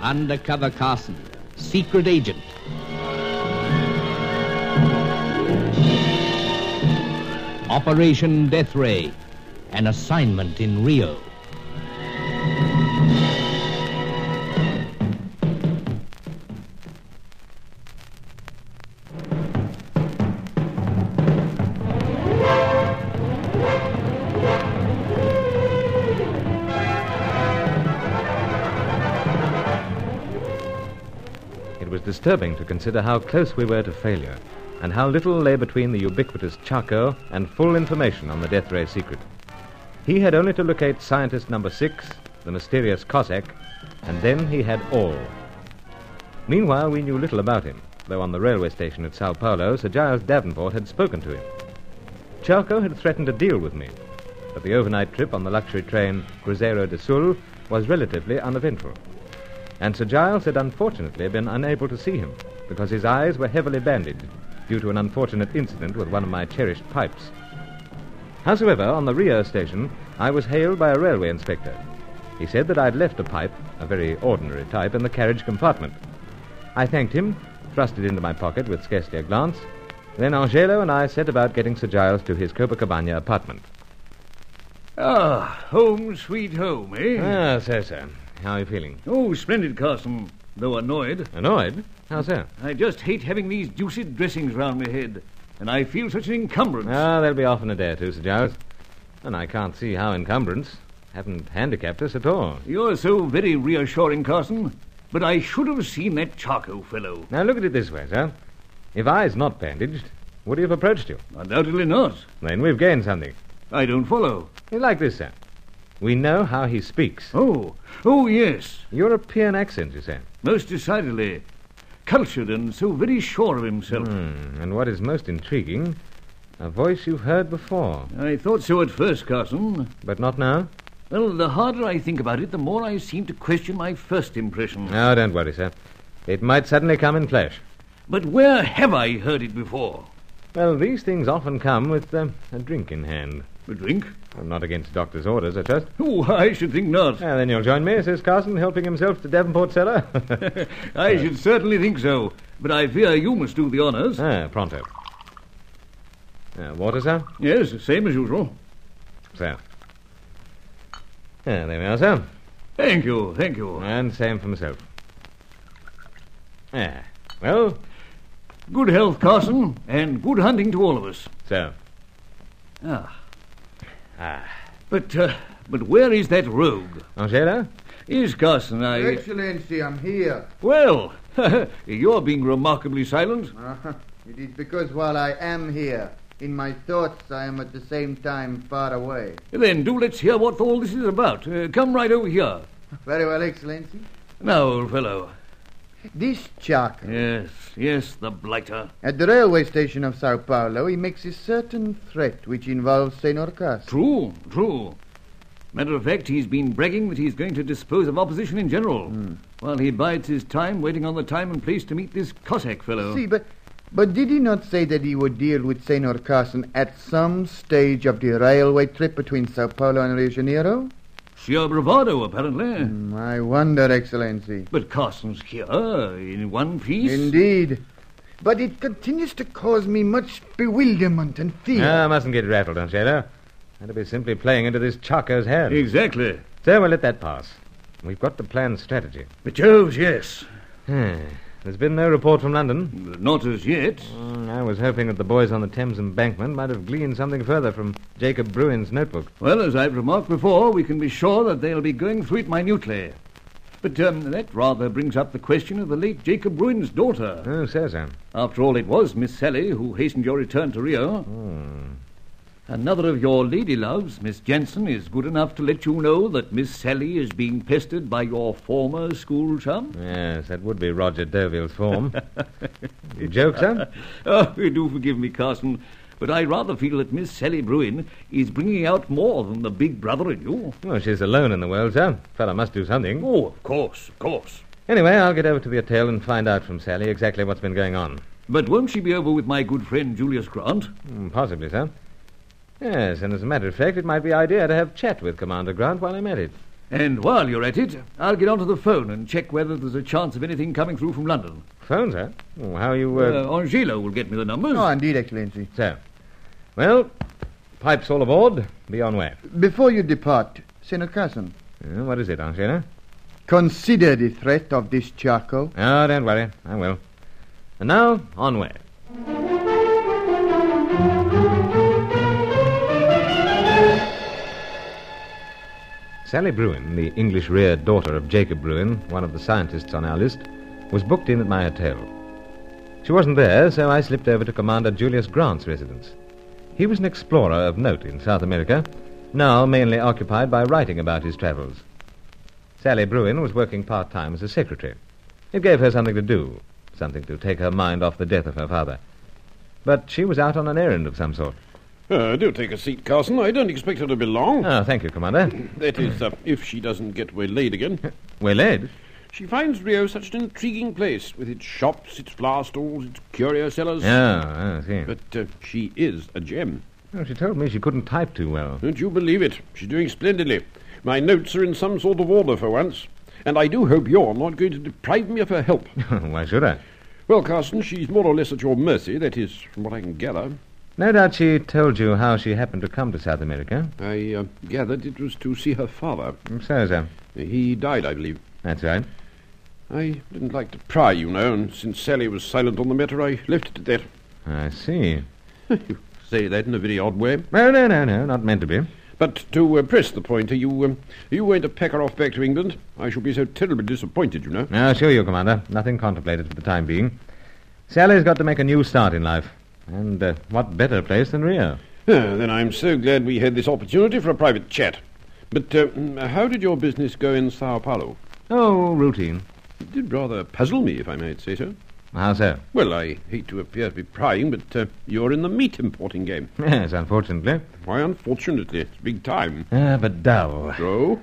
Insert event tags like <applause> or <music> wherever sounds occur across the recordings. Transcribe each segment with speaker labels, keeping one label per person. Speaker 1: Undercover Carson, secret agent. Operation Death Ray, an assignment in Rio.
Speaker 2: It was disturbing to consider how close we were to failure, and how little lay between the ubiquitous Chaco and full information on the death ray secret. He had only to locate scientist number six, the mysterious Cossack, and then he had all. Meanwhile, we knew little about him, though on the railway station at Sao Paulo, Sir Giles Davenport had spoken to him. Charco had threatened to deal with me, but the overnight trip on the luxury train Cruzeiro de Sul was relatively uneventful. And Sir Giles had unfortunately been unable to see him because his eyes were heavily bandaged due to an unfortunate incident with one of my cherished pipes. Howsoever, on the Rio station, I was hailed by a railway inspector. He said that I'd left a pipe, a very ordinary type, in the carriage compartment. I thanked him, thrust it into my pocket with scarcely a glance. Then Angelo and I set about getting Sir Giles to his Copacabana apartment.
Speaker 3: Ah, home sweet home, eh?
Speaker 2: Ah, so, sir. How are you feeling?
Speaker 3: Oh, splendid, Carson. Though annoyed,
Speaker 2: Annoyed? How so?
Speaker 3: I just hate having these deuced dressings round my head, and I feel such an encumbrance.
Speaker 2: Ah, they'll be off in a day or two, Sir Giles. And I can't see how encumbrance haven't handicapped us at all.
Speaker 3: You're so very reassuring, Carson. But I should have seen that Charco fellow.
Speaker 2: Now, look at it this way, sir. If I's not bandaged, would he have approached you?
Speaker 3: Undoubtedly not.
Speaker 2: Then we've gained something.
Speaker 3: I don't follow.
Speaker 2: It's like this, sir. We know how he speaks.
Speaker 3: Oh, oh yes,
Speaker 2: European accent, you say.
Speaker 3: most decidedly. Cultured and so very sure of himself.
Speaker 2: Hmm, and what is most intriguing, a voice you've heard before,
Speaker 3: I thought so at first, Carson.
Speaker 2: but not now?
Speaker 3: Well, the harder I think about it, the more I seem to question my first impression.
Speaker 2: No, don't worry, sir. It might suddenly come in flash.
Speaker 3: But where have I heard it before?
Speaker 2: Well, these things often come with um, a drink in hand.
Speaker 3: A drink?
Speaker 2: I'm not against doctor's orders, I trust.
Speaker 3: Oh, I should think <laughs> not.
Speaker 2: Now, Ah, then you'll join me, says Carson, helping himself to Davenport cellar. <laughs>
Speaker 3: I should certainly think so. But I fear you must do the honors.
Speaker 2: ah, pronto. Uh, water, sir?
Speaker 3: Yes, same as usual.
Speaker 2: Sir. Ah, there we are, sir.
Speaker 3: Thank you, thank you.
Speaker 2: And same for myself. Ah, well,
Speaker 3: Good health, Carson, and good hunting to all of us.
Speaker 2: sir.
Speaker 3: Ah.
Speaker 2: Ah.
Speaker 3: But, uh, but where is that rogue?
Speaker 2: Angela?
Speaker 3: Is Carson, I...
Speaker 4: Your Excellency, I'm here.
Speaker 3: Well, <laughs> you're being remarkably silent.
Speaker 4: Uh-huh. It is because while I am here, in my thoughts, I am at the same time far away.
Speaker 3: Then do let's hear what all this is about. Uh, come right over here.
Speaker 4: Very well, Excellency.
Speaker 3: Now, old fellow.
Speaker 4: This Chaka,
Speaker 3: Yes, yes, the blighter.
Speaker 4: at the railway station of Sao Paulo, he makes a certain threat which involves Senor Cas.
Speaker 3: True, true. Matter of fact, he's been bragging that he's going to dispose of opposition in general, while he bides his time, waiting on the time and place to meet this Cossack fellow.
Speaker 4: See, but, but did he not say that he would deal with Senor Carson at some stage of the railway trip between Sao Paulo and Rio de Janeiro?
Speaker 3: Sheer bravado, apparently.
Speaker 4: Hmm, I wonder, Excellency.
Speaker 3: But Carson's here in one piece.
Speaker 4: Indeed. But it continues to cause me much bewilderment and fear.
Speaker 2: Ah, mustn't get rattled, Angela. That'll be simply playing into this Charco's hand.
Speaker 3: Exactly.
Speaker 2: So we'll let that pass. We've got to plan strategy.
Speaker 3: But Joves, yes.
Speaker 2: Hmm. There's been no report from London.
Speaker 3: Not as yet.
Speaker 2: Mm, I was hoping that the boys on the Thames embankment might have gleaned something further from Jacob Bruin's notebook.
Speaker 3: Well, as I've remarked before, we can be sure that they'll be going through it minutely. But um, that rather brings up the question of the late Jacob Bruin's daughter.
Speaker 2: Oh, so, sir.
Speaker 3: After all, it was Miss Sally who hastened your return to Rio. Hmm. Another of your lady loves, Miss Jensen, is good enough to let you know that Miss Sally is being pestered by your former school chum.
Speaker 2: Yes, that would be Roger Derville's form. you joke, sir?
Speaker 3: Oh, <laughs> you do forgive me, Carson, but I rather feel that Miss Sally Bruin is bringing out more than the big brother in you.
Speaker 2: Well, she's alone in the world, sir. Fella must do something.
Speaker 3: Oh, of course, of course.
Speaker 2: Anyway, I'll get over to the hotel and find out from Sally exactly what's been going on.
Speaker 3: But won't she be over with my good friend Julius Grant?
Speaker 2: Mm, possibly, sir. Yes, and as a matter of fact, it might be idea to have chat with Commander Grant while I'm at it.
Speaker 3: And while you're at it, I'll get onto the phone and check whether there's a chance of anything coming through from London.
Speaker 2: Phones, eh? Oh, How you, uh...
Speaker 3: Uh, Angelo will get me the numbers.
Speaker 4: Oh, indeed, Excellency.
Speaker 2: So, well, pipes all aboard. Be on way.
Speaker 4: Before you depart, Senor Carson,
Speaker 2: Uh, what is it, Angela?
Speaker 4: consider the threat of this charcoal.
Speaker 2: Oh, don't worry. I will. And now, on way. Sally Bruin, the English rear daughter of Jacob Bruin, one of the scientists on our list, was booked in at my hotel. She wasn't there, so I slipped over to Commander Julius Grant's residence. He was an explorer of note in South America, now mainly occupied by writing about his travels. Sally Bruin was working part time as a secretary. It gave her something to do, something to take her mind off the death of her father. But she was out on an errand of some sort.
Speaker 5: Uh, do take a seat, Carson. I don't expect her to be long.
Speaker 2: Ah, thank you, Commander.
Speaker 5: That is, uh, if she doesn't get waylaid again.
Speaker 2: Waylaid?
Speaker 5: She finds Rio such an intriguing place, with its shops, its flower stalls, its curio cellars.
Speaker 2: Oh, I see.
Speaker 5: But uh, she is a gem.
Speaker 2: Oh, she told me she couldn't type too well. <laughs>
Speaker 5: Don't you believe it? She's doing splendidly. My notes are in some sort of order for once. And I do hope you're not going to deprive me of her help.
Speaker 2: Why should I?
Speaker 5: Well, Carson, she's more or less at your mercy. That is, from what I can gather.
Speaker 2: No doubt she told you how she happened to come to South America. Mm,
Speaker 5: I uh, gathered it was to see her father.
Speaker 2: So, so.
Speaker 5: He died, I believe.
Speaker 2: That's right.
Speaker 5: I didn't like to pry, you know, and since Sally was silent on the matter, I left it at that.
Speaker 2: I see.
Speaker 5: you say that in a very odd way.
Speaker 2: No, no, no, no, not meant to be.
Speaker 5: But to uh, press the point, are you, um, are you going to pack her off back to England? I shall be so terribly disappointed, you know.
Speaker 2: I assure you, Commander, nothing contemplated for the time being. Sally's got to make a new start in life. And uh, what better place than Rio?
Speaker 5: Ah, then I'm so glad we had this opportunity for a private chat. But uh, mm, how did your business go in Sao Paulo?
Speaker 2: Oh, routine.
Speaker 5: It did rather puzzle me, if I may say so.
Speaker 2: How so?
Speaker 5: Well, I hate to appear to be prying, but uh, you're in the meat importing game.
Speaker 2: Yes, unfortunately.
Speaker 5: Why, unfortunately, it's big time.
Speaker 2: Ah, but dull.
Speaker 5: So?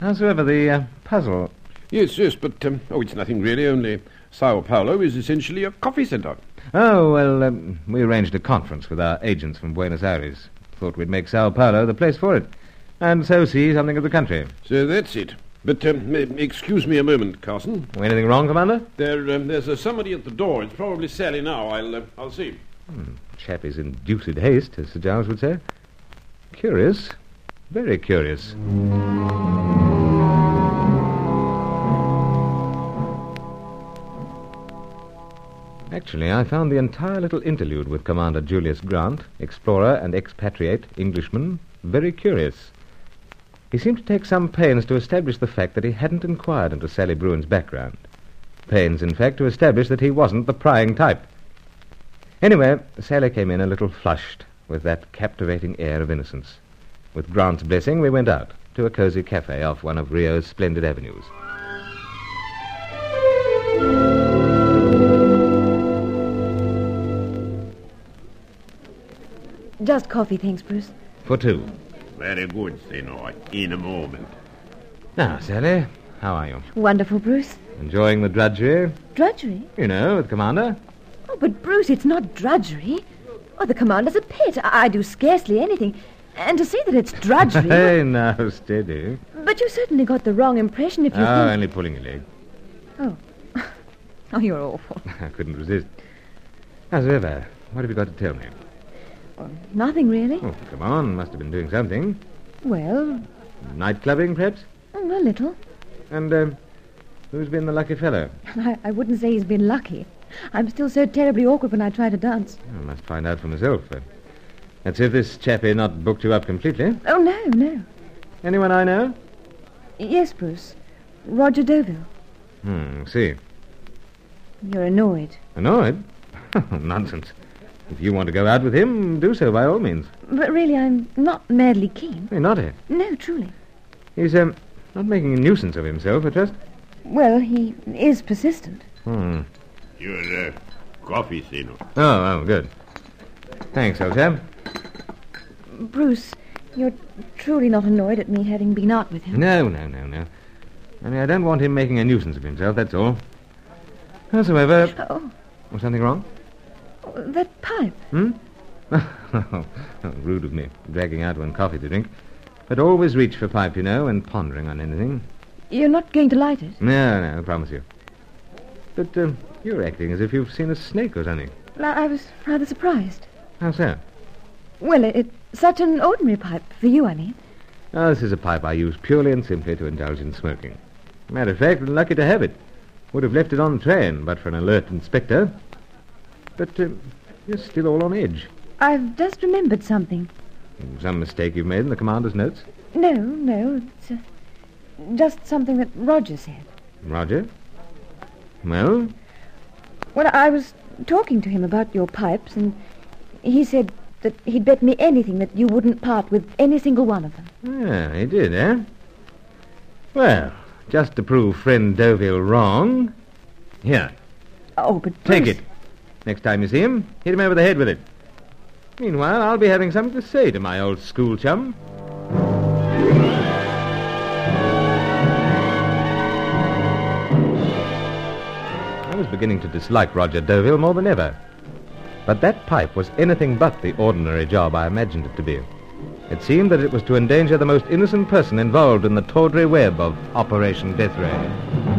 Speaker 2: Howsoever, the uh, puzzle.
Speaker 5: Yes, yes, but um, oh, it's nothing really. Only Sao Paulo is essentially a coffee centre.
Speaker 2: Oh, well, um, we arranged a conference with our agents from Buenos Aires. Thought we'd make Sao Paulo the place for it. And so see something of the country.
Speaker 5: So that's it. But um, m- excuse me a moment, Carson.
Speaker 2: Anything wrong, Commander?
Speaker 5: There, um, there's uh, somebody at the door. It's probably Sally now. I'll, uh, I'll see.
Speaker 2: Chap is in deuced haste, as Sir Giles would say. Curious. Very curious. Actually, I found the entire little interlude with Commander Julius Grant, explorer and expatriate Englishman, very curious. He seemed to take some pains to establish the fact that he hadn't inquired into Sally Bruin's background. Pains, in fact, to establish that he wasn't the prying type. Anyway, Sally came in a little flushed, with that captivating air of innocence. With Grant's blessing, we went out to a cozy cafe off one of Rio's splendid avenues.
Speaker 6: Just coffee, thanks, Bruce.
Speaker 2: For two.
Speaker 5: Very good, Senor. In a moment.
Speaker 2: Now, Sally, how are you?
Speaker 6: Wonderful, Bruce.
Speaker 2: Enjoying the drudgery?
Speaker 6: Drudgery?
Speaker 2: You know, with Commander?
Speaker 6: Oh, but Bruce, it's not drudgery. Oh, the commander's a pet. I, I do scarcely anything. And to say that it's drudgery.
Speaker 2: Hey, now, <laughs> steady.
Speaker 6: but you certainly got the wrong impression if you
Speaker 2: Oh,
Speaker 6: think.
Speaker 2: only pulling your leg. <laughs>
Speaker 6: Oh, you're awful.
Speaker 2: I couldn't resist. Howsoever, what have you got to tell me?
Speaker 6: Nothing, really.
Speaker 2: Oh, come on, must have been doing something.
Speaker 6: Well,
Speaker 2: Night clubbing, perhaps?
Speaker 6: mm, a little.
Speaker 2: And, um, who's been the lucky fellow?
Speaker 6: I, I wouldn't say he's been lucky. I'm still so terribly awkward when I try to dance.
Speaker 2: I must find out for myself. But that's if this chappie not booked you up completely.
Speaker 6: Oh, no, no.
Speaker 2: Anyone I know?
Speaker 6: Yes, Bruce. Roger Deauville.
Speaker 2: Hmm, see.
Speaker 6: You're annoyed.
Speaker 2: Annoyed? <laughs> Nonsense. If you want to go out with him, do so by all means.
Speaker 6: But really, I'm not madly keen.
Speaker 2: Hey, not it.
Speaker 6: No, truly.
Speaker 2: He's um, not making a nuisance of himself, I trust.
Speaker 6: Well, he is persistent.
Speaker 2: Hmm.
Speaker 5: Your uh, coffee, Senor.
Speaker 2: Oh, oh, good. Thanks, old chap.
Speaker 6: Bruce, you're truly not annoyed at me having been out with him.
Speaker 2: No, no, no, no. Only I don't want him making a nuisance of himself, that's all. Howsoever...
Speaker 6: Oh.
Speaker 2: Was something wrong?
Speaker 6: That pipe.
Speaker 2: Oh, <laughs> Rude of me, dragging out one coffee to drink. But always reach for pipe, you know, when pondering on anything.
Speaker 6: You're not going to light it?
Speaker 2: No, no, I promise you. But uh, you're acting as if you've seen a snake or something.
Speaker 6: Well, I I was rather surprised.
Speaker 2: How so?
Speaker 6: Well, it, it's such an ordinary pipe, for you, I mean.
Speaker 2: Oh, this is a pipe I use purely and simply to indulge in smoking. Matter of fact, I'm lucky to have it. Would have left it on the train, but for an alert inspector. But uh, you're still all on edge.
Speaker 6: I've just remembered something.
Speaker 2: Some mistake you've made in the commander's notes.
Speaker 6: No, no, it's uh, just something that Roger said.
Speaker 2: Roger? Well?
Speaker 6: Well, I was talking to him about your pipes, and he said that he'd bet me anything that you wouldn't part with any single one of them.
Speaker 2: Ah, he did, eh? Well, just to prove friend Deauville wrong. Here,
Speaker 6: Oh, but
Speaker 2: take
Speaker 6: Bruce-
Speaker 2: it. Next time you see him, hit him over the head with it. Meanwhile, I'll be having something to say to my old school chum. I was beginning to dislike Roger Deauville more than ever. But that pipe was anything but the ordinary job I imagined it to be. It seemed that it was to endanger the most innocent person involved in the tawdry web of Operation Death Ray.